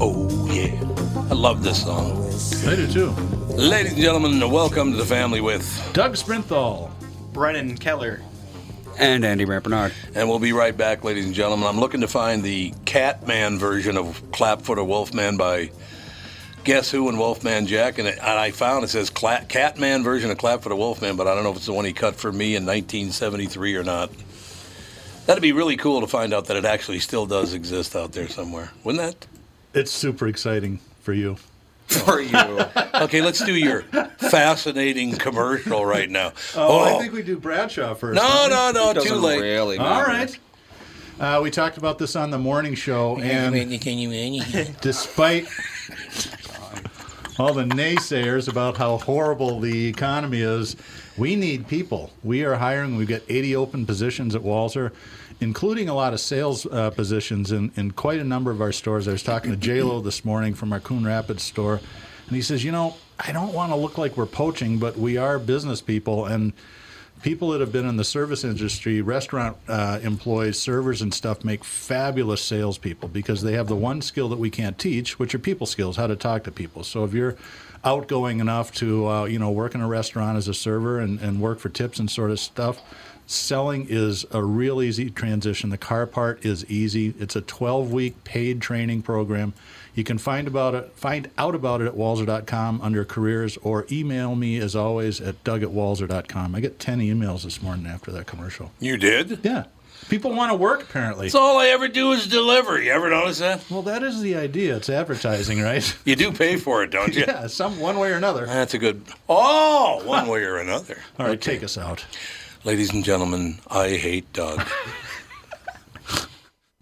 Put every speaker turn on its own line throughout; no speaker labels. Oh yeah, I love this song.
I do too.
Ladies and gentlemen, welcome to the family with,
Doug Sprinthal.
Brennan Keller.
and Andy Rampernard.
and we'll be right back, ladies and gentlemen. I'm looking to find the Catman version of Clapfoot or Wolfman by Guess Who and Wolfman Jack, and, it, and I found it says Cla- Catman version of Clapfoot or Wolfman, but I don't know if it's the one he cut for me in 1973 or not. That'd be really cool to find out that it actually still does exist out there somewhere, wouldn't that?
It's super exciting for you.
For you.
Oh,
Okay, let's do your fascinating commercial right now.
Oh, I think we do Bradshaw first.
no,
don't we?
no, no, too late.
Really
All
matter.
right. Uh, we talked about this on the morning show, and despite all the naysayers about how horrible the economy is, we need people. We are hiring. We've got 80 open positions at Walzer, including a lot of sales uh, positions in, in quite a number of our stores. I was talking to JLo this morning from our Coon Rapids store, and he says, You know, I don't want to look like we're poaching, but we are business people. And people that have been in the service industry, restaurant uh, employees, servers, and stuff make fabulous salespeople because they have the one skill that we can't teach, which are people skills, how to talk to people. So if you're outgoing enough to, uh, you know, work in a restaurant as a server and, and work for tips and sort of stuff, selling is a real easy transition. The car part is easy. It's a 12 week paid training program. You can find about it, find out about it at walzer.com under careers or email me as always at doug at walzer.com. I get 10 emails this morning after that commercial.
You did?
Yeah. People want to work apparently.
That's all I ever do is deliver. You ever notice that?
well, that is the idea. It's advertising, right?
You do pay for it, don't you?
yeah, some one way or another.
That's a good. Oh, one way or another.
All right, take us out.
Ladies and gentlemen, I hate Doug.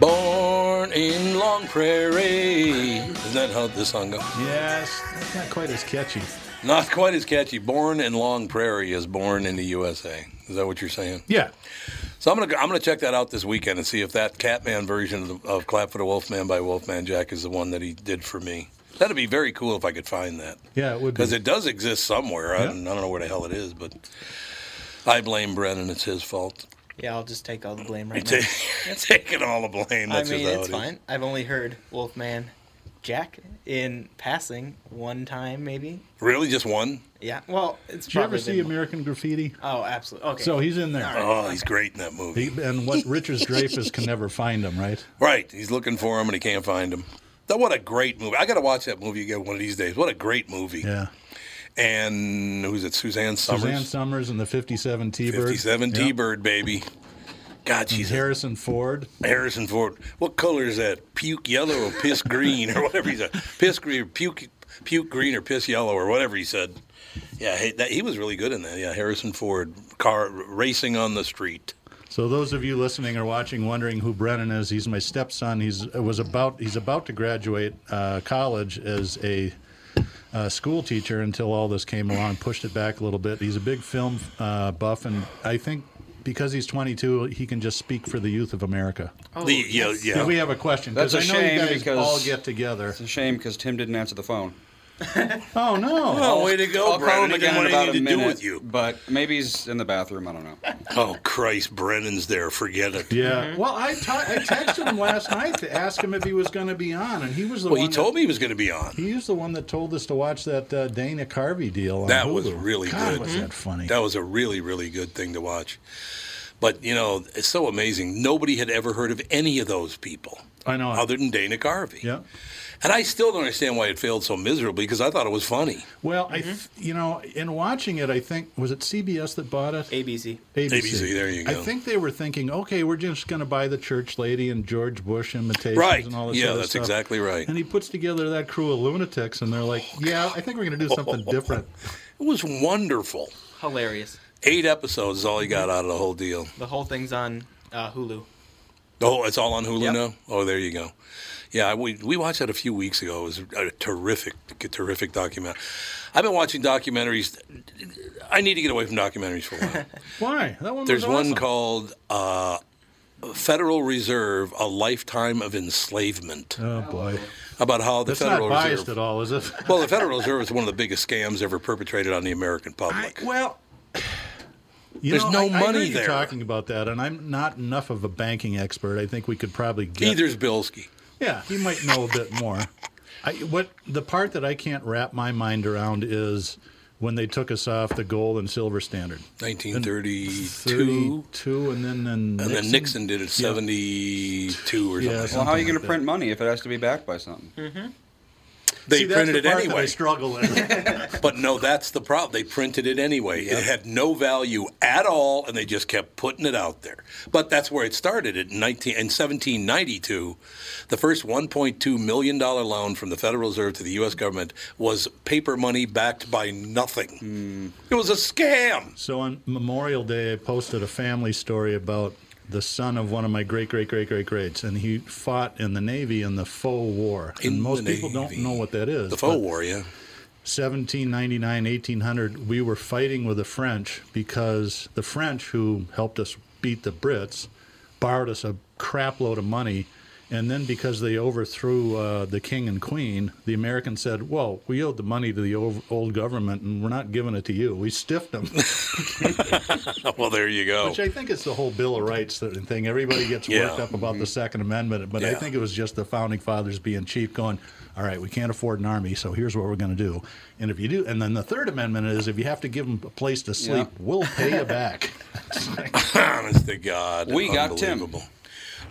Born in Long Prairie. Isn't that how this song goes?
Yes, that's not quite as catchy.
Not quite as catchy. Born in Long Prairie is born in the USA. Is that what you're saying?
Yeah.
So I'm gonna I'm gonna check that out this weekend and see if that Catman version of, the, of Clap for the Wolfman by Wolfman Jack is the one that he did for me. That'd be very cool if I could find that.
Yeah, it would be.
because it does exist somewhere. I, don't, I don't know where the hell it is, but I blame Brennan. It's his fault.
Yeah, I'll just take all the blame right now.
Ta- Taking all the blame.
I
That's
mean,
just how
it's
it is.
fine. I've only heard Wolfman Jack in passing one time, maybe.
Really, just one?
Yeah. Well, it's
Did you ever
probably
see
been-
American Graffiti?
Oh, absolutely. Okay.
So he's in there.
Oh, he's great in that movie.
He, and what Richards Dreyfus can never find him, right?
Right. He's looking for him and he can't find him. That, what a great movie. I got to watch that movie again one of these days. What a great movie.
Yeah.
And who's it? Suzanne Summers.
Suzanne Summers and the 57 T-Bird.
57
Yep.
T-Bird, baby. God, she's
Harrison Ford.
Harrison Ford. What color is that? Puke yellow or piss green or whatever he said. Piss green or puke, puke green or piss yellow or whatever he said. Yeah, he, that, he was really good in that. Yeah, Harrison Ford, car racing on the street.
So those of you listening or watching, wondering who Brennan is, he's my stepson. He's was about he's about to graduate uh, college as a uh, school teacher until all this came along, pushed it back a little bit. He's a big film uh, buff, and I think because he's 22, he can just speak for the youth of America.
Oh,
The- yeah,
yes.
yeah.
We have a question. 'cause
That's a
I know
shame
you guys
because-
all get together.
It's a shame because Tim didn't answer the phone.
Oh, no.
Oh, way to go,
I'll call
Brennan.
him
I didn't
again in
want
about a
anything to do
minute.
with you.
But maybe he's in the bathroom. I don't know.
Oh, Christ, Brennan's there. Forget it.
Yeah. Well, I ta- I texted him last night to ask him if he was going to be on, and he was the
Well, he
one. that-
told me he was going to be on.
He was the one that told us to watch that uh, Dana Carvey deal. On
That
Hulu.
was really
God,
good.
Was that funny?
That was a really, really good thing to watch. But, you know, it's so amazing. Nobody had ever heard of any of those people
I know.
other than Dana Carvey.
yeah.
And I still don't understand why it failed so miserably because I thought it was funny.
Well, I th- you know, in watching it, I think was it CBS that bought it?
ABC.
ABC, there you
I
go.
think they were thinking, okay, we're just going to buy the church lady and George Bush imitations
Right.
and all this
Yeah,
other
that's
stuff.
exactly right. Oh,
And he puts together that crew of lunatics, and they're like, yeah, I think we're going to do something different.
It was wonderful.
Hilarious.
Eight episodes is all he got out of the whole deal.
The whole thing's on uh, Hulu.
Oh, it's all on Hulu
Yep.
now. Oh, there you go. Yeah, we we watched that a few weeks ago. It was a terrific, terrific documentary. I've been watching documentaries. I need to get away from documentaries for a while.
Why? That one.
There's
was
one
awesome.
called uh, "Federal Reserve: A Lifetime of Enslavement"
Oh boy,
about how the
that's not
Federal
biased
Reserve.
at all, is it?
Well, the Federal Reserve is one of the biggest scams ever perpetrated on the American public.
well, you
There's
know,
no
I- I heard
money
you
there.
talking about that, and I'm not enough of a banking expert. I think we could probably get
Either's Bilski.
Yeah, he might know a bit more. I, what the part that I can't wrap my mind around is when they took us off the gold and silver standard.
1932,
Thirty-two, and then and,
and then Nixon did it 72 or
Yeah,
something.
Well, how are
Something
you going
like
to print money if it has to be backed by something?
They
See, that's
printed it
the part That I
anyway.
struggle with.
But no, that's the problem. They printed it anyway. It had no value at all, and they just kept putting it out there. But that's where it started in 19 in 1792. The first 1.2 million dollar loan from the Federal Reserve to the U.S. government was paper money backed by nothing.
Hmm.
It was a scam.
so on Memorial Day, I posted a family story about the son of one of my great great great great greats, and he fought in the Navy in the Faux War.
In
and most
the
people don't
Navy.
know what that is.
The faux
but-
war, yeah.
1799, 1800, we were fighting with the French because the French, who helped us beat the Brits, borrowed us a crap load of money. And then because they overthrew uh, the king and queen, the Americans said, Well, we owed the money to the old, old government and we're not giving it to you. We stiffed them,
Oh, well, there you go.
which I think is the whole Bill of Rights th- thing. Everybody gets
Yeah. Mm-hmm.
worked up about the Second Amendment, but I
Yeah.
think it was just the founding fathers being cheap going, all right, we can't afford an army, so here's what we're going to do. And if you do, and then the Third Amendment is if you have to give them a place to sleep, we'll pay you back.
Honest to God,
We got Tim.
unbelievable.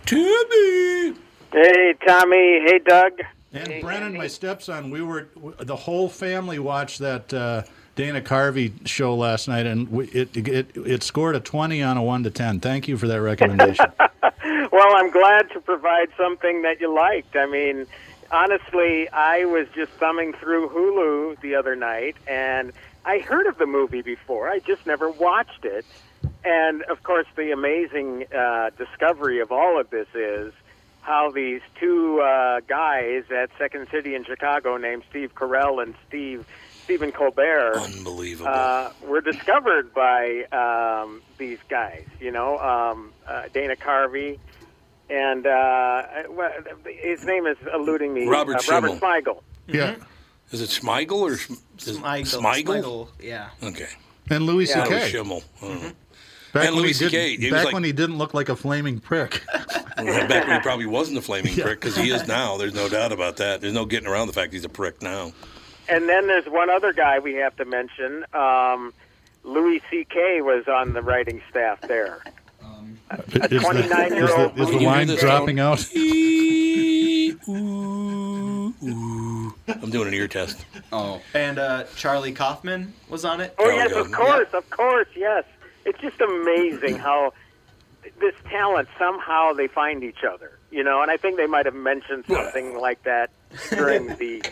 Timmy.
Hey, Tommy. Hey, Doug.
And Brennan, my stepson, we were, w- the whole family watched that. Uh, Dana Carvey show last night, and we, it, it it scored a twenty on a one to ten. Thank you for that recommendation.
Well, I'm glad to provide something that you liked. I mean, honestly, I was just thumbing through Hulu the other night, and I heard of the movie before. I just never watched it. And of course, the amazing uh, discovery of all of this is how these two uh, guys at Second City in Chicago, named Steve Carell and Steve Stephen Colbert,
Oh, Unbelievable.
uh, were discovered by um, these guys, you know, um, uh, Dana Carvey, and uh, well, his name is eluding me.
Robert
uh, Robert
Schimmel.
Smigel.
yeah,
is it Smigel or Schm- is it
Smigel.
Smigel?
Smigel, Yeah.
Okay.
and Louis
Yeah.
That was
C.K.
Schimmel. I don't know.
Back
And
when
Louis
he
C.K.,
didn't-
he was
Back
like-
when he didn't look like a flaming prick.
Well, Mm-hmm. back when he probably wasn't a flaming
Yeah.
prick, because he is now. There's no doubt about that. There's no getting around the fact he's a prick now.
And then there's one other guy we have to mention. Um, Louis C.K. was on the writing staff there.
Is the- is the-
29-year-old
Is the
movie
wine
star.
dropping out?
Ooh, ooh. I'm doing an ear test.
Oh,
And uh, Charlie Kaufman was on it.
Oh
There we
yes,
go.
of course, of course, yes. It's just amazing how th- this talent somehow they find each other, you know. And I think they might have mentioned something like that during the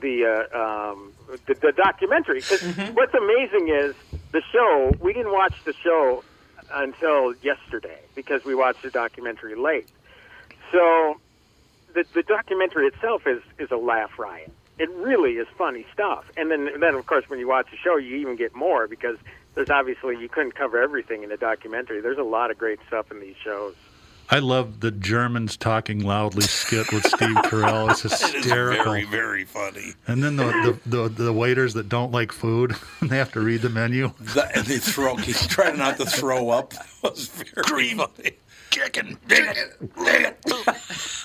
the uh, um, the, the documentary. 'Cause what's amazing is the show. We didn't watch the show until yesterday because we watched the documentary late. So the, the documentary itself is, is a laugh riot. it really is funny stuff. And then, then of course, when you watch the show, you even get more because there's obviously you couldn't cover everything in a documentary. There's a lot of great stuff in these shows.
I love the Germans talking loudly skit with Steve Carell. It's hysterical.
Very, very funny.
and then the, the, the, the waiters that don't like food, they have to read the menu.
That, and they throw, he's trying not to throw up. That was very Cream. funny. Chicken, chicken, chicken. that was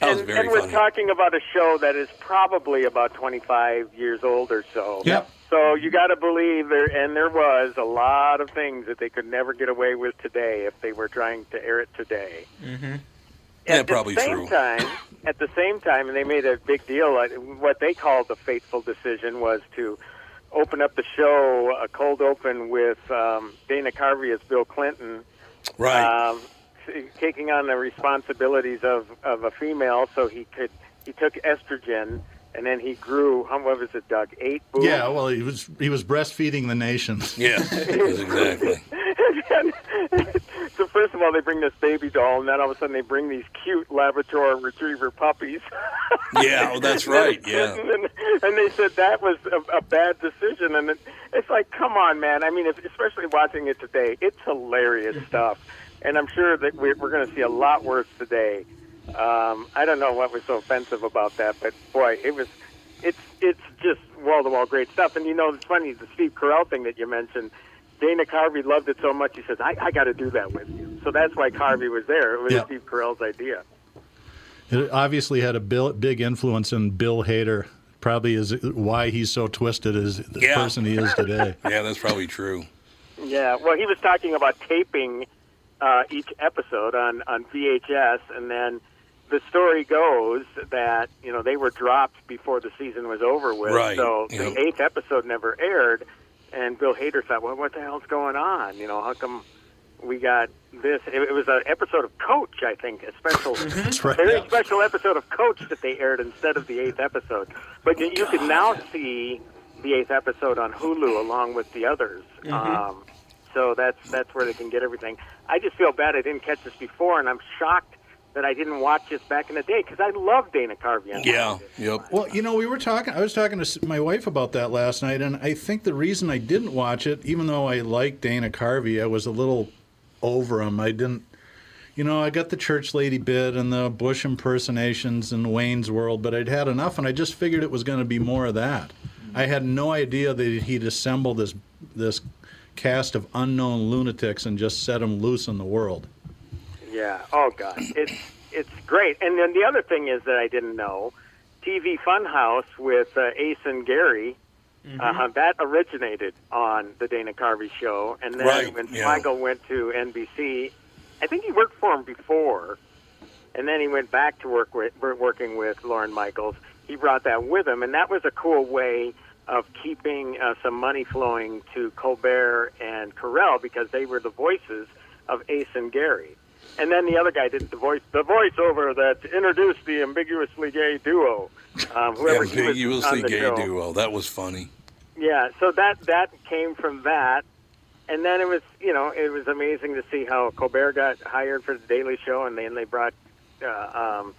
and,
very funny.
and we're talking about a show that is probably about 25 years old or so.
Yep.
So you got to believe there, and there was a lot of things that they could never get away with today if they were trying to air it today.
yeah,
At
probably
the
true.
same time, at the same time, and they made a big deal. uh, What they called the fateful decision was to open up the show a cold open with um, Dana Carvey as Bill Clinton
Right.
um, taking on the responsibilities of, of a female, so he could he took estrogen and then he grew. How what was it, Doug? Eight boobs.
Yeah, well, he was he was breastfeeding the nation.
yeah, yes, exactly.
So first of all, they bring this baby doll, and then all of a sudden they bring these cute Labrador Retriever puppies.
Yeah, well, that's right. Yeah.
and, then- and they said that was a, a bad decision, and it, it's like, come on, man. I mean, if, especially watching it today, it's hilarious
Mm-hmm.
stuff, and I'm sure that we're, we're going to see a lot worse today. Um, I don't know what was so offensive about that, but boy, it was. It's it's just wall to wall great stuff, and you know, it's funny the Steve Carell thing that you mentioned. Dana Carvey loved it so much, he says, "I, I got to do that with you." So that's why Carvey was there. It was
Yeah.
Steve Carell's idea.
It obviously had a bill, big influence on Bill Hader. Probably is why he's so twisted as the
Yeah.
person he is today.
Yeah, that's probably true.
Yeah, well, he was talking about taping uh, each episode on on VHS, and then the story goes that you know they were dropped before the season was over with,
Right,
so
you
the
know.
eighth episode never aired, and Bill Hader thought, well, what the hell's going on? You know, how come we got this? It, it was an episode of Coach, I think, a special,
Mm-hmm.
That's right.
very special episode of Coach that they aired instead of the eighth episode. But you, you can now see the eighth episode on Hulu along with the others. Um, so that's that's where they can get everything. I just feel bad I didn't catch this before, and I'm shocked that I didn't watch this back in the day because I love Dana Carvey. and
Yeah.
I did.
Yep.
Well, you know, we were talking. I was talking to s- my wife about that last night, and I think the reason I didn't watch it, even though I liked Dana Carvey, I was a little over him. I didn't. You know, I got the church lady bit and the Bush impersonations and Wayne's World, but I'd had enough, and I just figured it was going to be more of that. I had no idea that he'd assemble this this cast of unknown lunatics and just set them loose in the world.
Yeah. Oh God, it's it's great. And then the other thing is that I didn't know, TV Funhouse with uh, Ace and Gary,
Mm-hmm.
uh, that originated on the Dana Carvey show, and then
Right,
when
yeah.
Michael went to NBC, I think he worked for him before, and then he went back to work with wor- working with Lauren Michaels. He brought that with him, and that was a cool way of keeping uh, some money flowing to Colbert and Carell because they were the voices of Ace and Gary. And then the other guy did the voice, the voiceover that introduced the ambiguously gay duo. Um, whoever
Yeah,
he was
you will
on
see
the
gay
show.
duo. That was funny.
Yeah, so that that came from that, and then it was you know it was amazing to see how Colbert got hired for the Daily Show, and then they brought uh, um,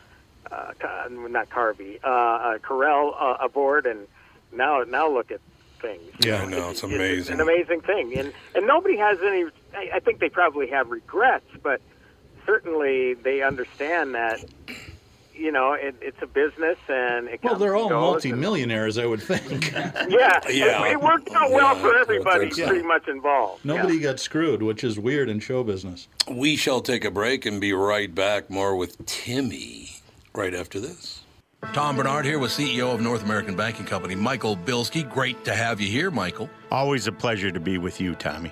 uh, Ca- not Carvey, uh, uh, Carell uh, aboard, and now now look at things.
Yeah, I know, it's amazing.
an amazing thing, and and nobody has any. I, I think they probably have regrets, but certainly they understand that. You know, it, it's a business, and it
Well,
comes
they're
and
all
goes, and-
multimillionaires, I would think.
yeah,
Yeah.
It, it worked out well
Yeah, I
for
think
everybody,
so.
pretty much involved.
Nobody
Yeah.
got screwed, which is weird in show business.
We shall take a break and be right back. More with Timmy right after this. Tom Bernard here with CEO of North American Banking Company, Michael Bilski. Great to have you here, Michael.
Always a pleasure to be with you, Tommy.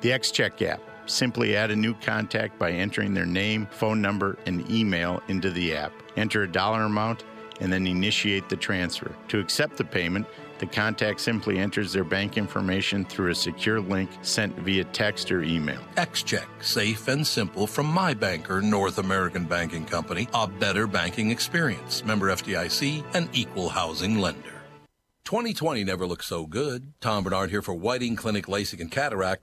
The XCheck app. Simply add a new contact by entering their name, phone number, and email into the app. Enter a dollar amount and then initiate the transfer. To accept the payment, the contact simply enters their bank information through a secure link sent via text or email.
XCheck, safe and simple from my banker, North American Banking Company, a better banking experience. Member FDIC, an equal housing lender. 2020 never looked so good. Tom Bernard here for Whiting Clinic LASIK and Cataract.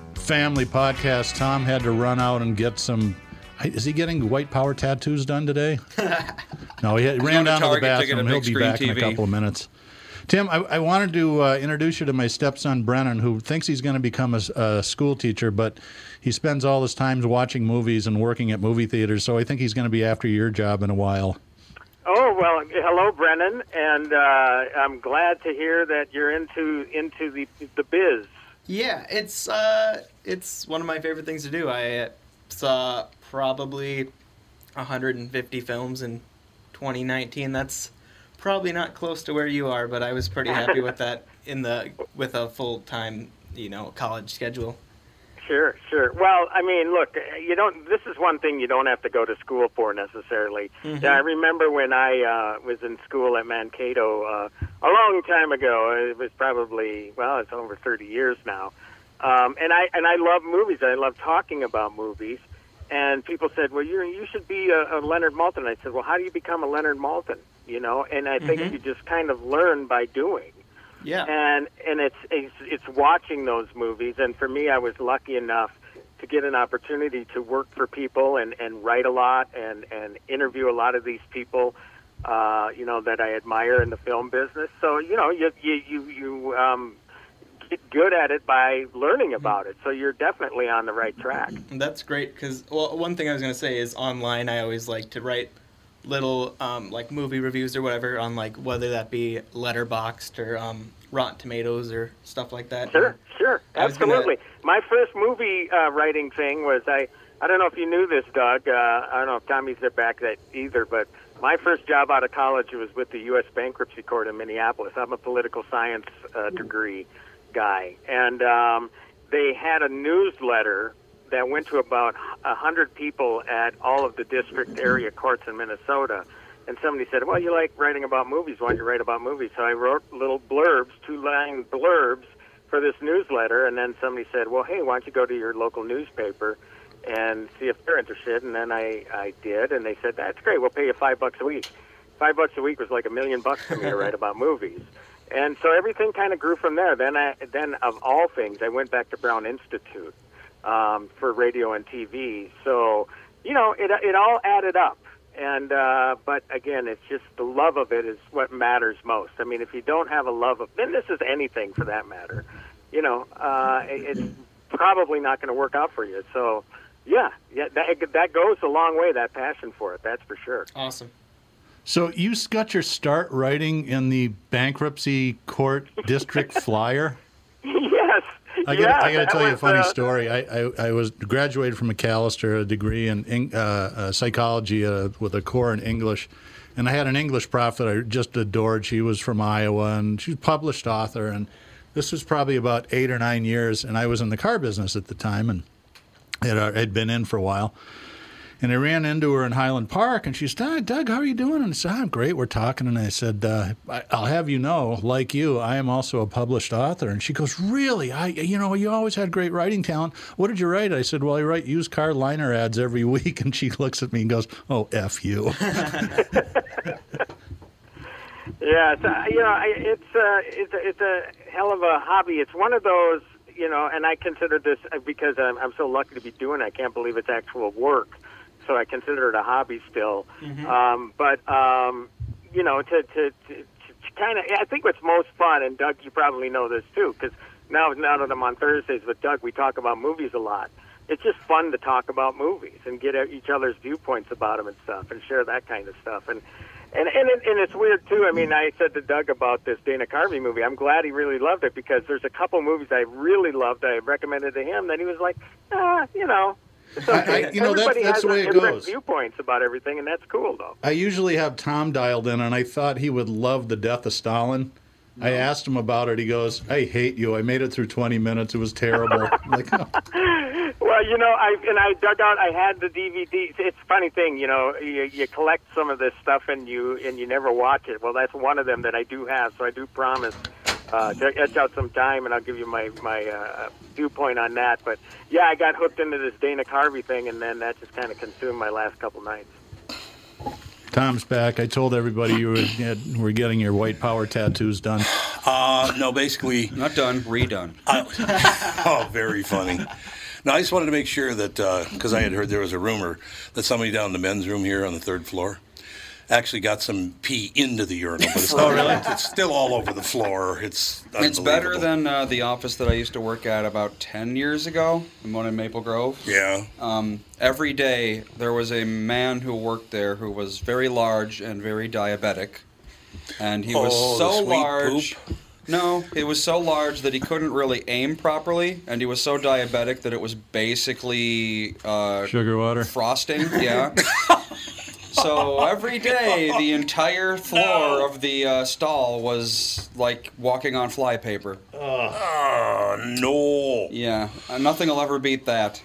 Family Podcast. Tom had to run out and get some. I- Is he getting white power tattoos done today? no, he had, ran
going to
down to the
Target to get a
bathroom. He'll
big
be
screen
back in a
TV.
couple of minutes. Tim, I, I wanted to uh, introduce you to my stepson Brennan, who thinks he's going to become a, s- a school teacher, but he spends all his time watching movies and working at movie theaters. So I think he's going to be after your job in a while.
Oh well, hello, Brennan, and uh, I'm glad to hear that you're into into the the biz.
Yeah, it's uh, it's one of my favorite things to do. I uh, saw probably 150 films in 2019. That's probably not close to where you are, but I was pretty happy with that in the with a full time you know college schedule.
Sure, sure. Well, I mean, look, you don't. This is one thing you don't have to go to school for necessarily.
Mhm.
Yeah, I remember when I uh, was in school at Mankato uh, a long time ago. It was probably well, it's over thirty years now. Um, and I and I love movies. I love talking about movies. And people said, "Well, you you should be a, a Leonard Maltin." I said, "Well, how do you become a Leonard Maltin?" You know, and I think
Mhm.
you just kind of learn by doing
Yeah.
and and it's, it's it's watching those movies and for me i was lucky enough to get an opportunity to work for people and and write a lot and and interview a lot of these people uh you know that i admire in the film business so you know you you you, you um get good at it by learning about it so you're definitely on the right track
That's great because well, one thing I was gonna say is online. I always like to write little um, like movie reviews or whatever on like whether that be Letterboxd or um, Rotten Tomatoes or stuff like that.
Sure, sure,
I was gonna-
absolutely. My first movie uh, writing thing was I. I don't know if you knew this, Doug. Uh, I don't know if Tommy's there back that either, but my first job out of college was with the U.S. Bankruptcy Court in Minneapolis. I'm a political science uh,
Hmm.
degree guy, and um, they had a newsletter that went to about a hundred people at all of the district area courts in Minnesota. And somebody said, "Well, you like writing about movies. Why don't you write about movies?" So I wrote little blurbs, two-line blurbs for this newsletter, and then somebody said, "Well, hey, why don't you go to your local newspaper and see if they're interested?" And then I I did, and they said, "That's great. We'll pay you five bucks a week." Five bucks a week was like a million bucks for me to write about movies, and so everything kind of grew from there. Then I then of all things, I went back to Brown Institute um, for radio and TV. So you know, it it all added up. And uh, but again, it's just the love of it is what matters most. I mean, if you don't have a love of, then this is anything for that matter. You know, uh, it, it's probably not going to work out for you. So, yeah, yeah, that that goes a long way. That passion for it, that's for sure.
Awesome.
So you s- got your start writing in the bankruptcy court district flyer.
yes.
I
yeah,
got I got to
that
tell you a
was,
funny
uh,
story. I, I, I was graduated from McAllister, a degree in Eng- uh, uh, psychology uh, with a core in English, and I had an English prof that I just adored. She was from Iowa and she's a published author, and this was probably about eight or nine years, and I was in the car business at the time, and had, uh, had been in for a while. And I ran into her in Highland Park, and she said, "Hi, Doug, how are you doing? And I said, I'm great. We're talking. And I said, uh, I- I'll have you know, like you, I am also a published author. And she goes, Really? I, you know, you always had great writing talent. What did you write? I said, Well, I write used car liner ads every week. And she looks at me and goes, Oh, F you.
uh, Yeah, it's, uh, you know, I, it's a it's a, it's a hell of a hobby. It's one of those. y- you know, and I consider this uh, because I'm, I'm so lucky to be doing. It, I can't believe it's actual work, so I consider it a hobby still.
Mhm.
Um, but um, you know, to to, to, to kind of, I think what's most fun, and Doug, you probably know this too, because now now that I'm on Thursdays with Doug, we talk about movies a lot. It's just fun to talk about movies and get each other's viewpoints about them and stuff, and share that kind of stuff. And and and, it, and it's weird too. I mean, I said to Doug about this Dana Carvey movie. I'm glad he really loved it because there's a couple movies I really loved. I recommended to him that he was like, ah, you know, it's okay.
I- you know, that's-
Everybody
that's
has
the way it
different
goes.
Viewpoints about everything, and that's cool though.
I usually have Tom dialed in, and I thought he would love the death of Stalin. I asked him about it. He goes, "I hate you. I made it through 20 minutes. It was terrible." I'm like, "Oh,
well, you know, I and I dug out. I had the DVD. It's a funny thing, you know. You, you collect some of this stuff and you and you never watch it. Well, that's one of them that I do have. So I do promise uh, to etch out some time, and I'll give you my my uh, viewpoint on that. But yeah, I got hooked into this Dana Carvey thing, and then that just kind of consumed my last couple nights.
Tom's back. I told everybody you were, had, were getting your white power tattoos done.
Uh, no, basically. Not done, redone. oh, very funny. No, I just wanted to make sure that, because I had heard there was a rumor that somebody down in the men's room here on the third floor actually got some pee into the urinal, but it's, not,
really?
it's still all over the floor. It's
It's better
unbelievable.
than uh, the office that I used to work at about 10 years ago, the one in Maple Grove.
Yeah.
Um, every day there was a man who worked there who was very large and very diabetic. And he was
Oh, the
so
sweet
large. No, he was so large that he couldn't really aim properly, and he was so diabetic that it was basically uh,
Sugar water.
frosting. Yeah. So every day, the entire floor of the uh, stall was like walking on flypaper.
Oh, no.
Yeah, uh, nothing will ever beat that.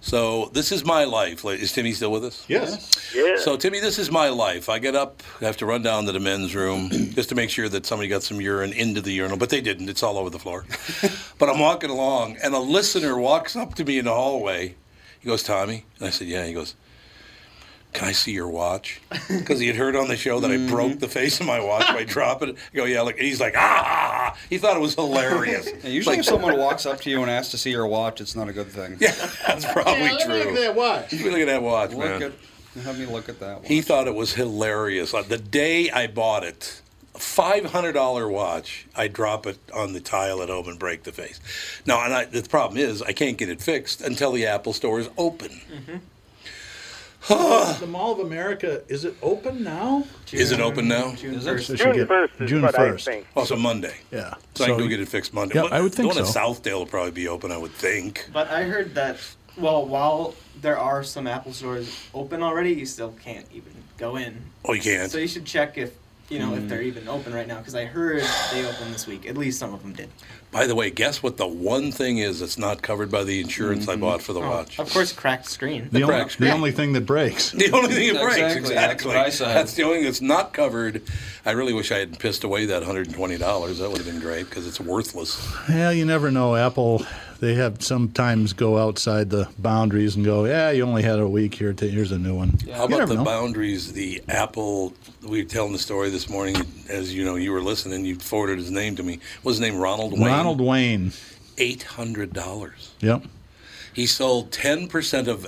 So this is my life. Like, Is Timmy still with us?
Yes.
Yeah.
So Timmy, this is my life. I get up, I have to run down to the men's room just to make sure that somebody got some urine into the urinal, but they didn't. It's all over the floor. but I'm walking along, and a listener walks up to me in the hallway. He goes, "Tommy," and I said, "Yeah." He goes. Can I see your watch? Because he had heard on the show that I broke the face of my watch by dropping it. I go, yeah, look. and He's like, ah! He thought it was hilarious.
Yeah, usually,
Like-
if someone walks up to you and asks to see your watch, it's not a good thing. Yeah,
that's probably
let me
true.
look at that
watch.
Look at that watch,
Look
man.
at, have me look at that. One.
He thought it was hilarious. Uh, The day I bought it, a $500 watch, I drop it on the tile at home and break the face. Now, and I, the problem is, I can't get it fixed until the Apple store is open.
the Mall of America is it open now?
is it open now?
Is it? 1st. They should June get- 1st is June what I 1st. think.
Oh, so Monday.
Yeah.
So, I can
So-
go get it fixed Monday.
Yeah,
Well,
I would think
The one
so.
in Southdale will probably be open, I would think.
But I heard that, well, while there are some Apple stores open already, you still can't even go in.
Oh, you can't?
So you should check if, you know, if
Mm.
they're even open right now, because I heard they opened this week. At least some of them did.
By the way, guess what the one thing is that's not covered by the insurance
Mm-hmm.
I bought for the
Oh,
watch?
Of course, cracked screen.
The, only, the only thing that breaks.
The only thing that breaks, exactly.
Exactly, that's what I said.
That's the only thing that's not covered. I really wish I hadn't pissed away that $120. That would have been great because it's worthless.
Yeah, you never know. Apple, they have sometimes go outside the boundaries and go, yeah, you only had a week here. T- here's a new one.
How
you
about
never
the
know.
boundaries? The Apple, we were telling the story this morning, as you know, you were listening, you forwarded his name to me. What was his name? Ronald Wayne?
Ronald Wayne.
$800.
Yep.
He sold 10% of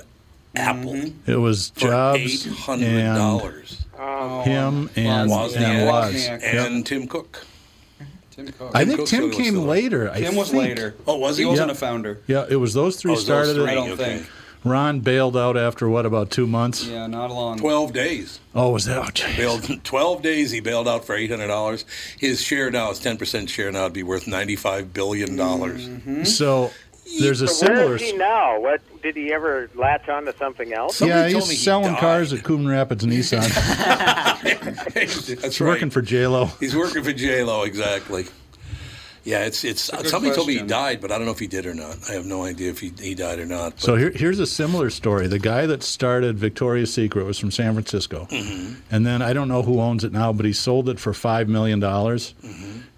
Apple.
Mm-hmm.
It was
For
Jobs and
$800. Oh,
him and
Wozniak,
and Woz.
and
Yep.
Tim Cook.
Tim Cook.
I think Tim
Cook's the
came
one
later. I
Tim was
think.
later.
Oh, was he?
He wasn't
Yeah.
a founder.
Yeah, it was those three
Oh, it was those
started
three,
it.
I don't
okay.
think.
Ron bailed out after what about two months?
Yeah, not long.
12 days.
Oh, was that? Oh, gee.
Bailed 12 days. He bailed out for $800. His share now, his 10% share now, would be worth $95 billion.
Mm. So there's a
So Where
similar.
is he now? What did he ever latch on to something else?
yeah, he's selling cars at Coon Rapids Nissan.
That's
he's
right.
working for J Lo.
He's working for J-Lo, exactly. Yeah, it's it's.
a good
somebody told me he
question.
died, but I don't know if he did or not. I have no idea if he, he died or not.
So here, here's a similar story. The guy that started Victoria's Secret was from San Francisco, and then I don't know who owns it now, but he sold it for five million dollars,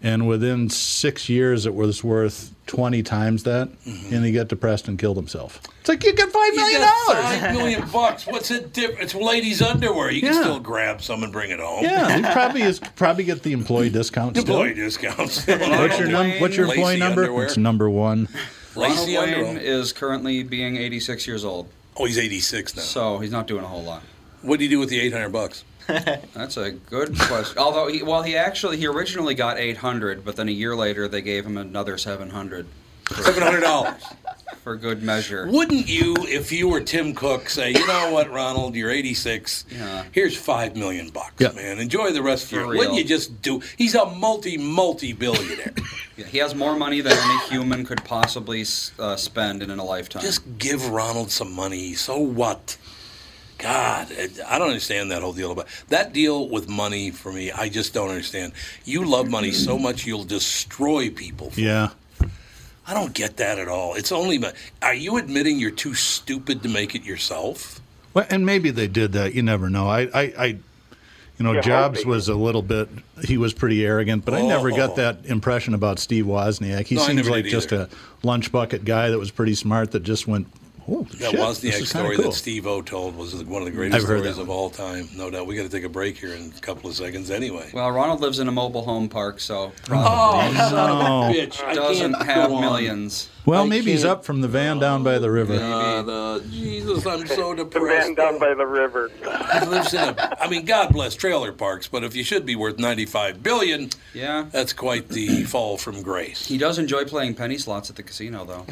and within six years it was worth twenty times that, and he got depressed and killed himself. Mm-hmm. It's like you got five
million
dollars.
Five million bucks. What's the difference? It's ladies' underwear. You can still grab some and bring it home.
Yeah, he probably is probably get the employee discount. still.
Employee discounts.
What's your num- What's your employee
Lacy
number?
underwear.
It's number one.
Ronald
Lacey
Wayne
Underall.
is currently being 86 years old.
Oh, he's 86 now.
So he's not doing a whole lot.
What did he do with the 800 bucks?
That's a good question. Although, he, well, he actually he originally got 800, but then a year later they gave him another 700
$700.
for good measure.
Wouldn't you, if you were Tim Cook, say, you know what, Ronald, you're 86.
Yeah.
Here's five million bucks,
Yeah.
man. Enjoy the rest of your.
real.
Wouldn't you just do? He's a multi multi billionaire.
Yeah, he has more money than any human could possibly s- uh, spend in a lifetime.
Just give Ronald some money. So what? God, it- I don't understand that whole deal about that deal with money for me. I just don't understand. You love money so much you'll destroy people.
Yeah.
I don't get that at all. It's only mo- are you admitting you're too stupid to make it yourself?
Well, and maybe they did that. You never know. I, I, I you know,
Yeah,
Jobs
hopefully.
was a little bit. He was pretty arrogant, but I never
Oh.
got that impression about Steve Wozniak. He
No, I
seems
never
like
did
just
either.
a lunch bucket guy that was pretty smart. That just went, oh
That
shit,
was the
this is kinda
story
cool."
that Steve O told was one of the greatest
I've heard
stories
that
of all time. No doubt. We got to take a break here in a couple of seconds anyway.
Well, Ronald lives in a mobile home park, so
Oh,
probably
son of a bitch. I
doesn't
can't
have
go on.
millions.
Well,
I
maybe he's
can't-
up from the van down by
Oh,
the river.
God, uh, Jesus, I'm so
The man
depressed.
down by the river.
He lives in a. I mean, God bless trailer parks, but if you should be worth 95 billion,
Yeah,
that's quite the fall from grace.
he does enjoy playing penny slots at the casino, though.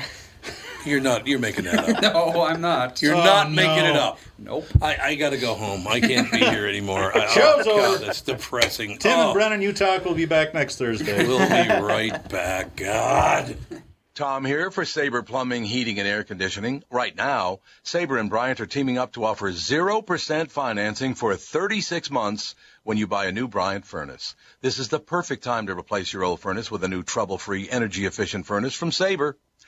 You're not. You're making that up.
no, I'm not.
You're
Oh,
not making it up.
Nope.
I, I got to go home. I can't be here anymore. I,
Show's
oh, God,
over.
that's depressing.
Tim
oh,
and Brennan, you talk. We'll be back next Thursday.
We'll be right back. God.
Tom here for Sabre Plumbing, Heating, and Air Conditioning. Right now, Sabre and Bryant are teaming up to offer 0% financing for 36 months when you buy a new Bryant furnace. This is the perfect time to replace your old furnace with a new trouble free, energy efficient furnace from Sabre.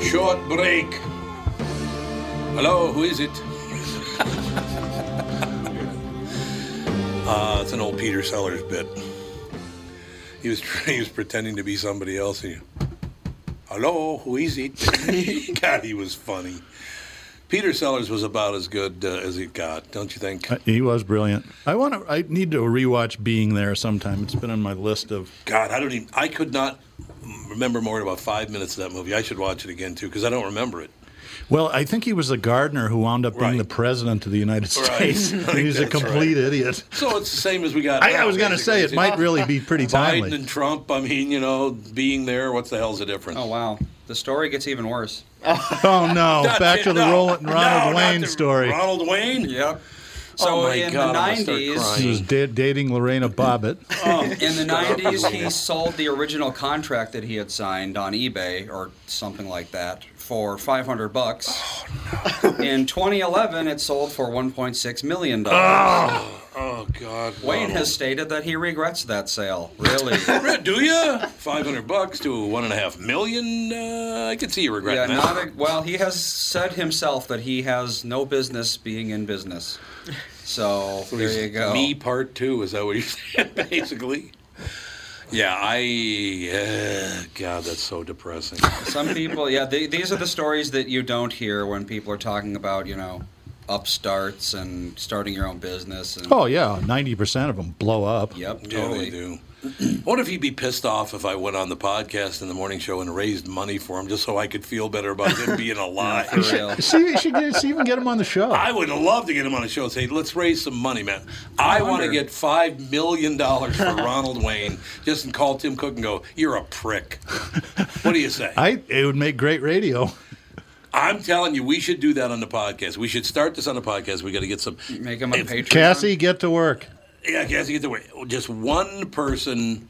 Short break. Hello, who is it? uh, it's an old Peter Sellers bit. He was he was pretending to be somebody else. He, Hello, who is it? God, he was funny. Peter Sellers was about as good uh, as it got, don't you think?
Uh, He was brilliant. I want to. I need to rewatch Being There sometime. It's been on my list of.
God, I don't even. I could not remember more than about five minutes of that movie. I should watch it again too because I don't remember it.
Well, I think he was a gardener who wound up being the president of the United
Right.
States.
I think
He's a
that's right.
complete idiot.
So it's the same as we got.
I- I
now,
was gonna
basically.
say, it might really be pretty
Biden
timely.
and Trump. I mean, you know, being there. What's the hell's the difference?
Oh wow, the story gets even worse.
Oh no!
That's
Back
it,
to the
no.
Roland
No,
Ronald
not
Wayne
the
story.
Ronald Wayne.
Yep.
Oh,
So
my
in
God,
the
I'm gonna start
nineties,
He was da- dating Lorena Bobbitt.
in the
Shut up,
90s he
Lena.
sold the original contract that he had signed on ebay or something like that for 500 bucks
Oh,
in 2011 it sold for 1.6 million dollars
Oh God.
wayne
Ronald.
has stated that he regrets that sale really
Do you? Five hundred bucks to one and a half million. Uh, I could see you
yeah,
regretting
not
that.
a, well he has said himself that he has no business being in business so there you go
Me part two. Is that what you're saying? Basically. Yeah, I. Uh, God, that's so depressing.
Some people, yeah, they, these are the stories that you don't hear when people are talking about, you know, upstarts and starting your own business. And,
Oh yeah, ninety percent of them blow up.
Yep,
Yeah,
totally.
they do. What if he'd be pissed off if I went on the podcast in the morning show and raised money for him just so I could feel better about him being alive?
for real.
See, you should get, see if you can get him on the show.
I would love to get him on a show and say, let's raise some money, man. I, want to
wonder-
get $5 million dollars for Ronald Wayne just and call Tim Cook and go, you're a prick. What do you say?
I it would make great radio.
I'm telling you, we should do that on the podcast. We should start this on the podcast. We got to get some.
Make them a Patreon.
Cassie, get to work.
Yeah, Cassie, get the way. Just one person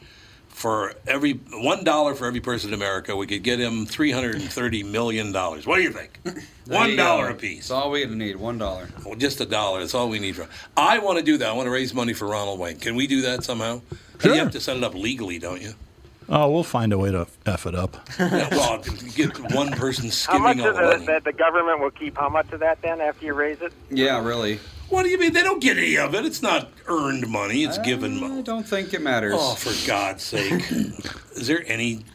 for every one dollar for every person in America, we could get him three hundred and thirty million dollars. What do you think?
There
One
you
dollar
go.
a piece. Oh,
That's all we need. One dollar.
Well, just a dollar. That's all we need. For, I want to do that. I want to raise money for Ronald Wayne. Can we do that somehow? 'Cause You have to set it up legally, don't you?
Oh, we'll find a way to f it up.
Yeah, well, get one person
How much
skimming all
of
the
the,
money.
the, the government will keep how much of that then after you raise it?
Yeah, really.
What do you mean? They don't get any of it. It's not earned money. It's given money. I
Mm, don't think it matters.
Oh, for God's sake! Is there any?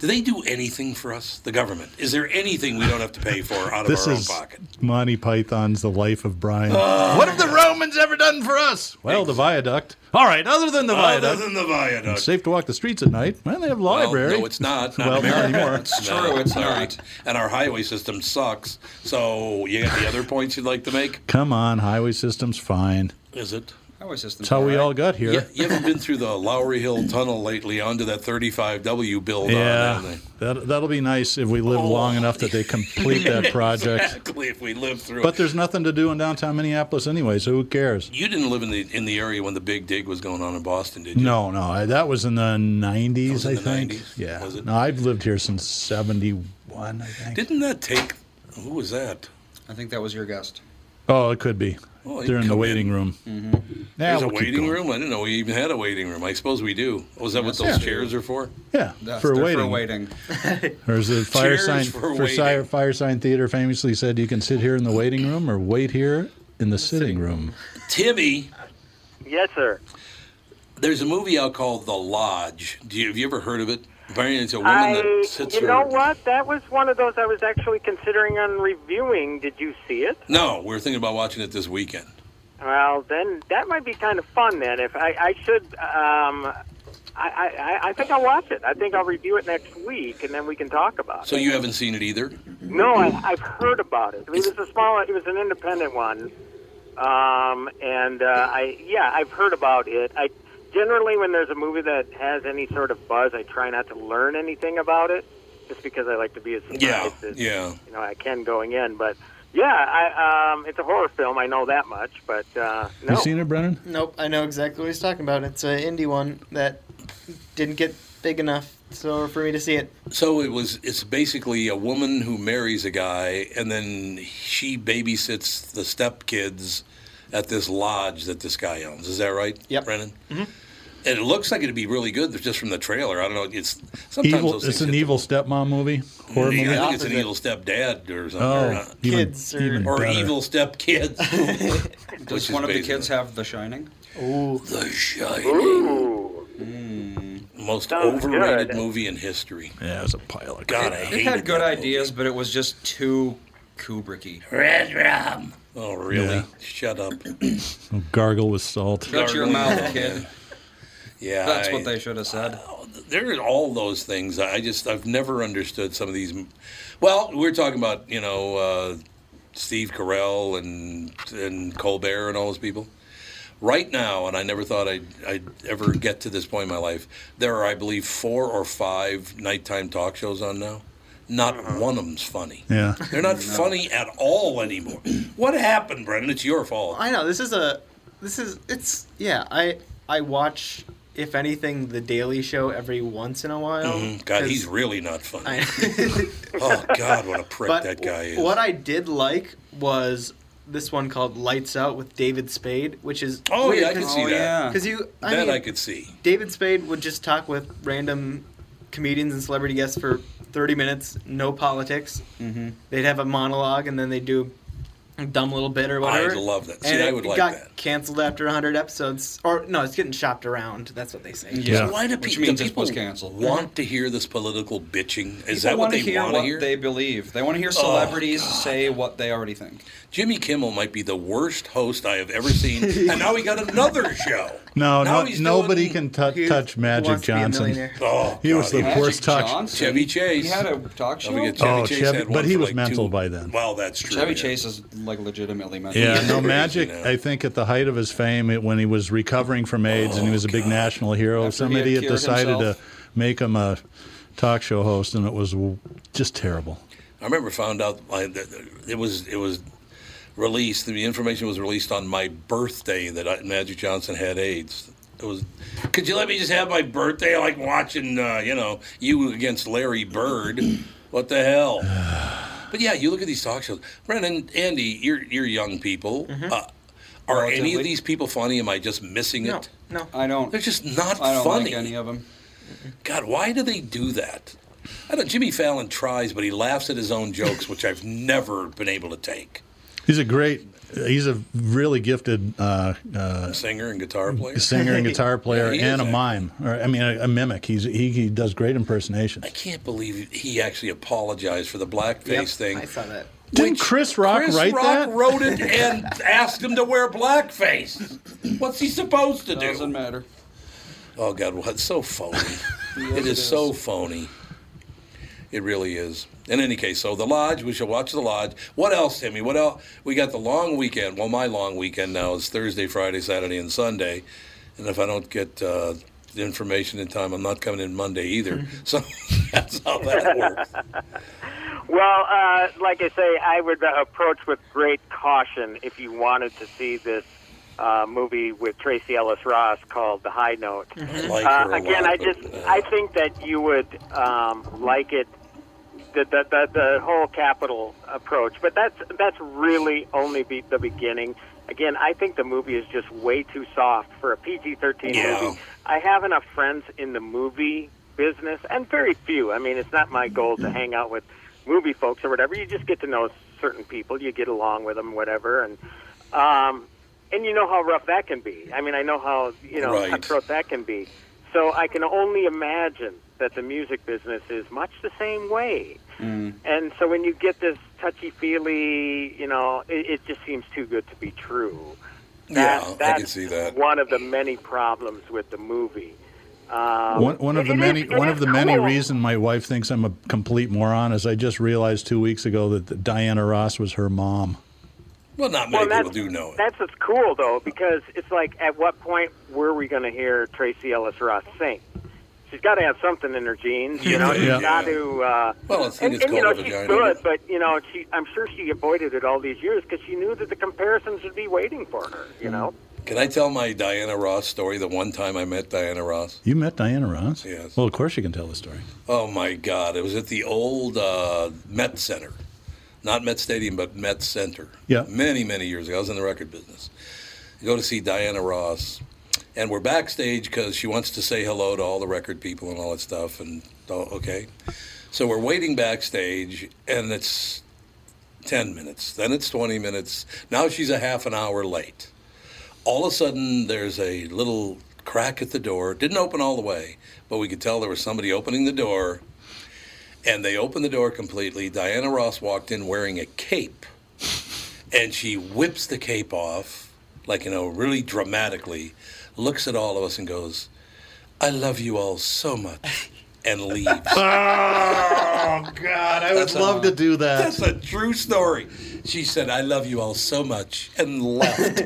Do they do anything for us? The government? Is there anything we don't have to pay for out of
This
our
is
own pocket? Oh,
Monty Python's The Life of Brian.
What have
the Romans ever done for us?
well, the viaduct. All right, other than the
Other
viaduct.
than the viaduct.
It's safe to walk the streets at night. Well, they have a library.
Well, no, it's not. Not
well,
America.
not anymore.
It's true. It's not. And our highway system sucks. So, you got the other points you'd like to make?
Come on, highway system's fine.
Is it? Highway system.
That's how we all got here.
You, you haven't been through the Lowry Hill Tunnel lately onto that 35W build on, have
Yeah,
they?
that, that'll be nice if we live long enough that they complete that project.
Exactly, if we live through
But
it.
there's nothing to do in downtown Minneapolis anyway, so who cares?
You didn't live in the in the area when the big dig was going on in Boston, did you?
No, no, I, that was in the 90s, I
in the
think.
90s,
Yeah.
was it?
No, I've lived here since 71, I think.
Didn't that take. Who was that?
I think that was your guest.
Oh, it could be.
Well, you
They're in the
come
waiting room.
Mm-hmm.
Yeah,
There's a
we'll keep
waiting
going.
room? I didn't know we even had a waiting room. I suppose we do. Oh, is that what
Yes,
those
we do.
chairs are for?
Yeah,
That's
for
there
waiting.
for waiting.
Or is it fire
Cheers
sign?
for
For, fire, fire sign theater famously said, "You can sit here in the waiting room, or wait here in the sitting room."
Timmy,
Yes, sir.
there's a movie out called The Lodge. Do you, have you ever heard of it? Apparently, it's a woman
I,
that sits
you
her.
know what? That was one of those I was actually considering on reviewing. Did you see it?
No, we we're thinking about watching it this weekend.
Well, then that might be kind of fun. Then, if I, I should, um, I, I, I think I'll watch it. I think I'll review it next week, and then we can talk about it.
So you haven't seen it either?
No, I, I've heard about it. It was a small. It was an independent one, um, and uh, I yeah, I've heard about it. I generally when there's a movie that has any sort of buzz, I try not to learn anything about it, just because I like to be as surprised
Yeah,
as
yeah.
you know I can going in. But yeah, I, um, it's a horror film. I know that much, but uh, no.
You seen it, Brennan?
Nope, I know exactly what he's talking about. It's an indie one that didn't get big enough so for me to see it.
So it was. It's basically a woman who marries a guy, and then she babysits the stepkids at this lodge that this guy owns. Is that right? Yep, Brennan.
Mhm.
And it looks like it'd be really good just from the trailer. I don't know. It's sometimes
evil.
those
It's
things
an
hit-
evil stepmom movie, horror
Yeah,
movie.
I think it's an evil stepdad or something.
Oh,
or not.
even- Kids are- even
or
better.
evil step kids.
Does one of the kids have The Shining?
Ooh.
The Shining. Most
Sounds
overrated
good.
movie in history.
Yeah, it was a pile of
God, I
It
hated
had good
that
ideas, but it was just too Kubricky.
Red rum. Oh, really?
Yeah.
Shut up.
Gargle with salt.
Shut your mouth, kid.
Yeah,
That's
I-
what they should have said.
There are all those things. I just, I've never understood some of these. m- Well, we're talking about, you know, uh, Steve Carell and, and Colbert and all those people. Right now, and I never thought I'd, I'd ever get to this point in my life, there are, I believe, four or five nighttime talk shows on now. Not one of them's funny.
Yeah.
They're not funny at all anymore. What happened, Brendan? It's your fault.
I know this is a this is it's yeah I I watch if anything the Daily Show every once in a while.
Mhm. God,
'cause
he's really not funny.
I-
oh God, what a prick
But
that guy is.
What I did like was this one called Lights Out with David Spade, which is
Oh yeah, I can see that.
because you I
that
mean,
I could see.
David Spade would just talk with random comedians and celebrity guests for 30 minutes, no politics.
Mm-hmm.
They'd have a monologue and then they'd do a dumb little bit or
I'd
whatever.
love that. See,
and
I
it
would like
got
that.
canceled after 100 episodes. Or, no, it's getting shopped around. That's what they say.
So why do, pe-
Which
do
means this
people
was canceled.
want to hear this political bitching? Is
People
that what
wanna
they
hear
want to
what
hear?
They believe. They want to hear
Oh,
celebrities say what they already think.
Jimmy Kimmel might be the worst host I have ever seen, and now he got another show.
No,
Now
no
he's
nobody can tou-
He
touch Magic
wants to be a
Johnson.
millionaire. Oh,
he was
God,
the
Magic
worst talk.
Johnson?
Chevy Chase.
He had a talk
Oh, we
show?
get Chevy
Oh,
Chase
Chevy-
had one
but he
for,
was
like,
mental
two-
by then.
Well, that's true.
Chevy
yeah.
Chase is like legitimately mental.
Yeah, no,
Crazy
Magic.
now.
I think at the height of his fame, it, when he was recovering from AIDS and he was a big national hero, some
he had
idiot
cured
decided
himself.
to make him a talk show host, and it was w- just terrible.
I remember found out I, that that it was it was released. The information was released on my birthday that I, Magic Johnson had AIDS. It was. Could you let me just have my birthday? I like watching, uh, you know, you against Larry Bird. what the hell? But yeah, you look at these talk shows. Brennan, Andy, you're you're young people. Uh, are any
Relatively.
of these people funny? Am I just missing it?
No,
I don't.
They're just not
I don't
funny.
like any of them.
God, why do they do that? I know Jimmy Fallon tries, but he laughs at his own jokes, which I've never been able to take.
He's a great. He's a really gifted uh, uh,
Singer and guitar player.
singer and guitar player,
Yeah, he
and a
is,
mime. Or I mean, a, a mimic. He's he, he does great impersonations.
I can't believe he actually apologized for the blackface thing. I saw
that.
Didn't Chris Rock
Chris
write
Rock
that?
wrote it and asked him to wear blackface. What's he supposed to do? Doesn't
matter.
Oh God, well, it's so phony.
Yes,
it
it
is so phony. It really is. In any case, so the lodge. We shall watch the lodge. What else, Timmy? What else? We got the long weekend. Well, my long weekend now is Thursday, Friday, Saturday, and Sunday. And if I don't get uh, the information in time, I'm not coming in Monday either.
Mm-hmm.
so that's how that works.
Well, uh, like I say, I would uh, approach with great caution if you wanted to see this uh, movie with Tracy Ellis Ross called The High Note.
like
uh,
her a
again,
lot,
I just I think that you would um, like it. The, the, the, the whole capital approach, but that's that's really only be the beginning. Again, I think the movie is just way too soft for a PG-13
Yeah.
movie. I have enough friends in the movie business, and very few. I mean, it's not my goal to hang out with movie folks or whatever. You just get to know certain people, you get along with them, whatever, and um, and you know how rough that can be. I mean, I know how you know
Right.
cutthroat that can be. So I can only imagine that the music business is much the same way.
Mm.
And so when you get this touchy feely, you know, it, it just seems too good to be true.
Yeah, I
that's
can see that.
One of the many problems with the movie. Um,
One, one of the
it is-
many
it
one
is
of the many
cool.
reason my wife thinks I'm a complete moron is I just realized two weeks ago that Diana Ross was her mom.
Well, not
Well,
many
that's-
people do know it.
That's what's cool though, because it's like, at what point were we going to hear Tracy Ellis Ross sing? She's got to have something in her genes, you know.
Yeah.
She's
Yeah.
got to. Uh,
Well, it's-
and,
it's
and, you know
called a
she's
vagina.
good, but you know she. I'm sure she avoided it all these years because she knew that the comparisons would be waiting for her. You know.
Can I tell my Diana Ross story? The one time I met Diana Ross.
You met Diana Ross?
Yes.
Well, of course you can tell the story.
Oh my God! It was at the old uh, Met Center, not Met Stadium, but Met Center.
Yeah.
Many, many years ago, I was in the record business. I go to see Diana Ross, and we're backstage because she wants to say hello to all the record people and all that stuff. And oh, okay, so we're waiting backstage, and it's ten minutes. Then it's twenty minutes. Now she's a half an hour late. All of a sudden, there's a little crack at the door. It Didn't open all the way, but we could tell there was somebody opening the door. And they opened the door completely. Diana Ross walked in wearing a cape, and she whips the cape off, like you know, really dramatically. Looks at all of us and goes, "I love you all so much," and leaves.
Oh God, I would
That's
love to do that.
That's a true story. She said, "I love you all so much," and left.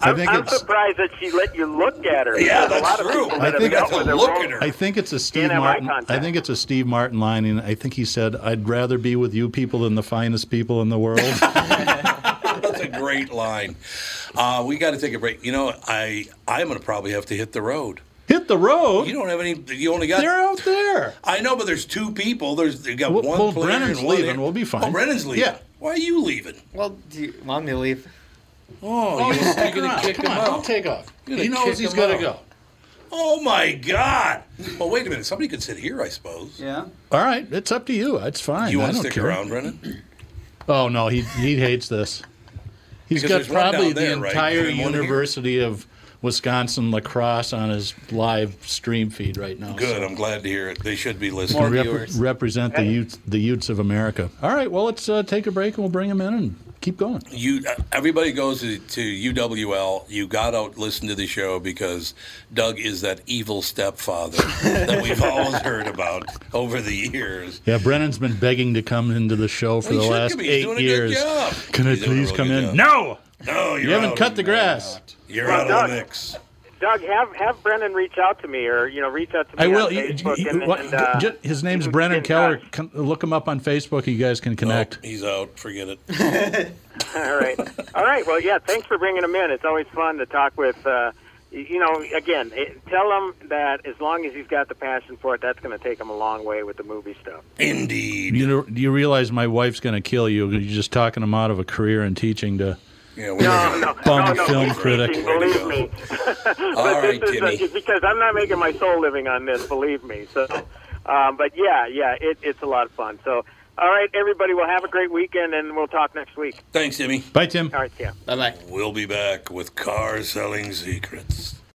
I think
I'm
it's
surprised that she let you look at her.
Yeah,
There's a lot
that's
of
true.
people
I
that have
think
dealt
that's a
with it
look
wrong.
at her.
I think it's a Steve
Can't have eye
Martin.
contact.
I think it's a Steve Martin line, and I think he said, "I'd rather be with you people than the finest people in the world."
That's a great line. Uh, we got to take a break. You know, I I'm gonna probably have to hit the road.
Hit the road.
You don't have any. You only got.
They're out there.
I know, but there's two people. There's you got
Well-
one.
well,
player
Brennan's
and one
leaving.
air-
We'll be fine.
Oh, Brennan's leaving.
Yeah.
Why are you leaving?
Well, do you want me to leave?
Oh, you, are
Stick
gonna
around.
kick
Come
him
on,
out.
don't take off.
You're
he
gonna
knows
kick
he's
him
got to
out.
go.
Oh my God. Well, wait a minute. Somebody could sit here, I suppose.
Yeah.
All right, it's up to you. It's fine.
You
I
want to
don't
stick
care.
around, Brennan?
Oh no, he he hates this. He's
Because
got
there's one down
probably
there,
the
right?
entire
And one here?
University of Wisconsin lacrosse on his live stream feed right now.
Good.
so
I'm glad to hear it. They should be
he
listening.
can rep-
viewers.
represent the youth, the youths of America. All right, well, let's uh, take a break and we'll bring him in and keep going.
you uh, everybody goes to, to UWL. You gotta listen to the show because Doug is that evil stepfather that we've always heard about over the years.
Yeah, Brennan's been begging to come into the show for
Well,
the
he should
last
come. He's doing
eight
a good
years.
job.
Can I
He's doing a
please
really
come
good
in?
job.
No,
No, you're
you haven't
out
cut
of-
the grass.
You're
Well,
out of
Doug.
the mix.
Doug, have have Brennan reach out to me, or you know, reach out to me.
I will.
On
You-
Facebook
you-
and,
what-
and, uh,
ju- his name's
we can
Brennan
get uh, in
Keller.
touch.
Come, look him up on Facebook. You guys can connect.
Oh, he's out. Forget it.
All right. All right. Well, yeah. Thanks for bringing him in. It's always fun to talk with uh, y- you know, again, it, tell him that as long as he's got the passion for it, that's going to take him a long way with the movie stuff.
Indeed.
You, know, you realize my wife's going to kill you. You're just talking him out of a career in teaching to
no,
yeah,
no,
bum
no, no,
film
he's
critic.
teaching, Believe me. but
All
this
right,
is
Timmy.
A, because I'm not making my soul living on this. Believe me. So, um, but yeah, yeah, it, it's a lot of fun. So, all right, everybody, well, have a great weekend, and we'll talk next week.
Thanks, Timmy.
Bye, Tim.
All right, see ya.
Bye bye. We'll be back with car selling secrets.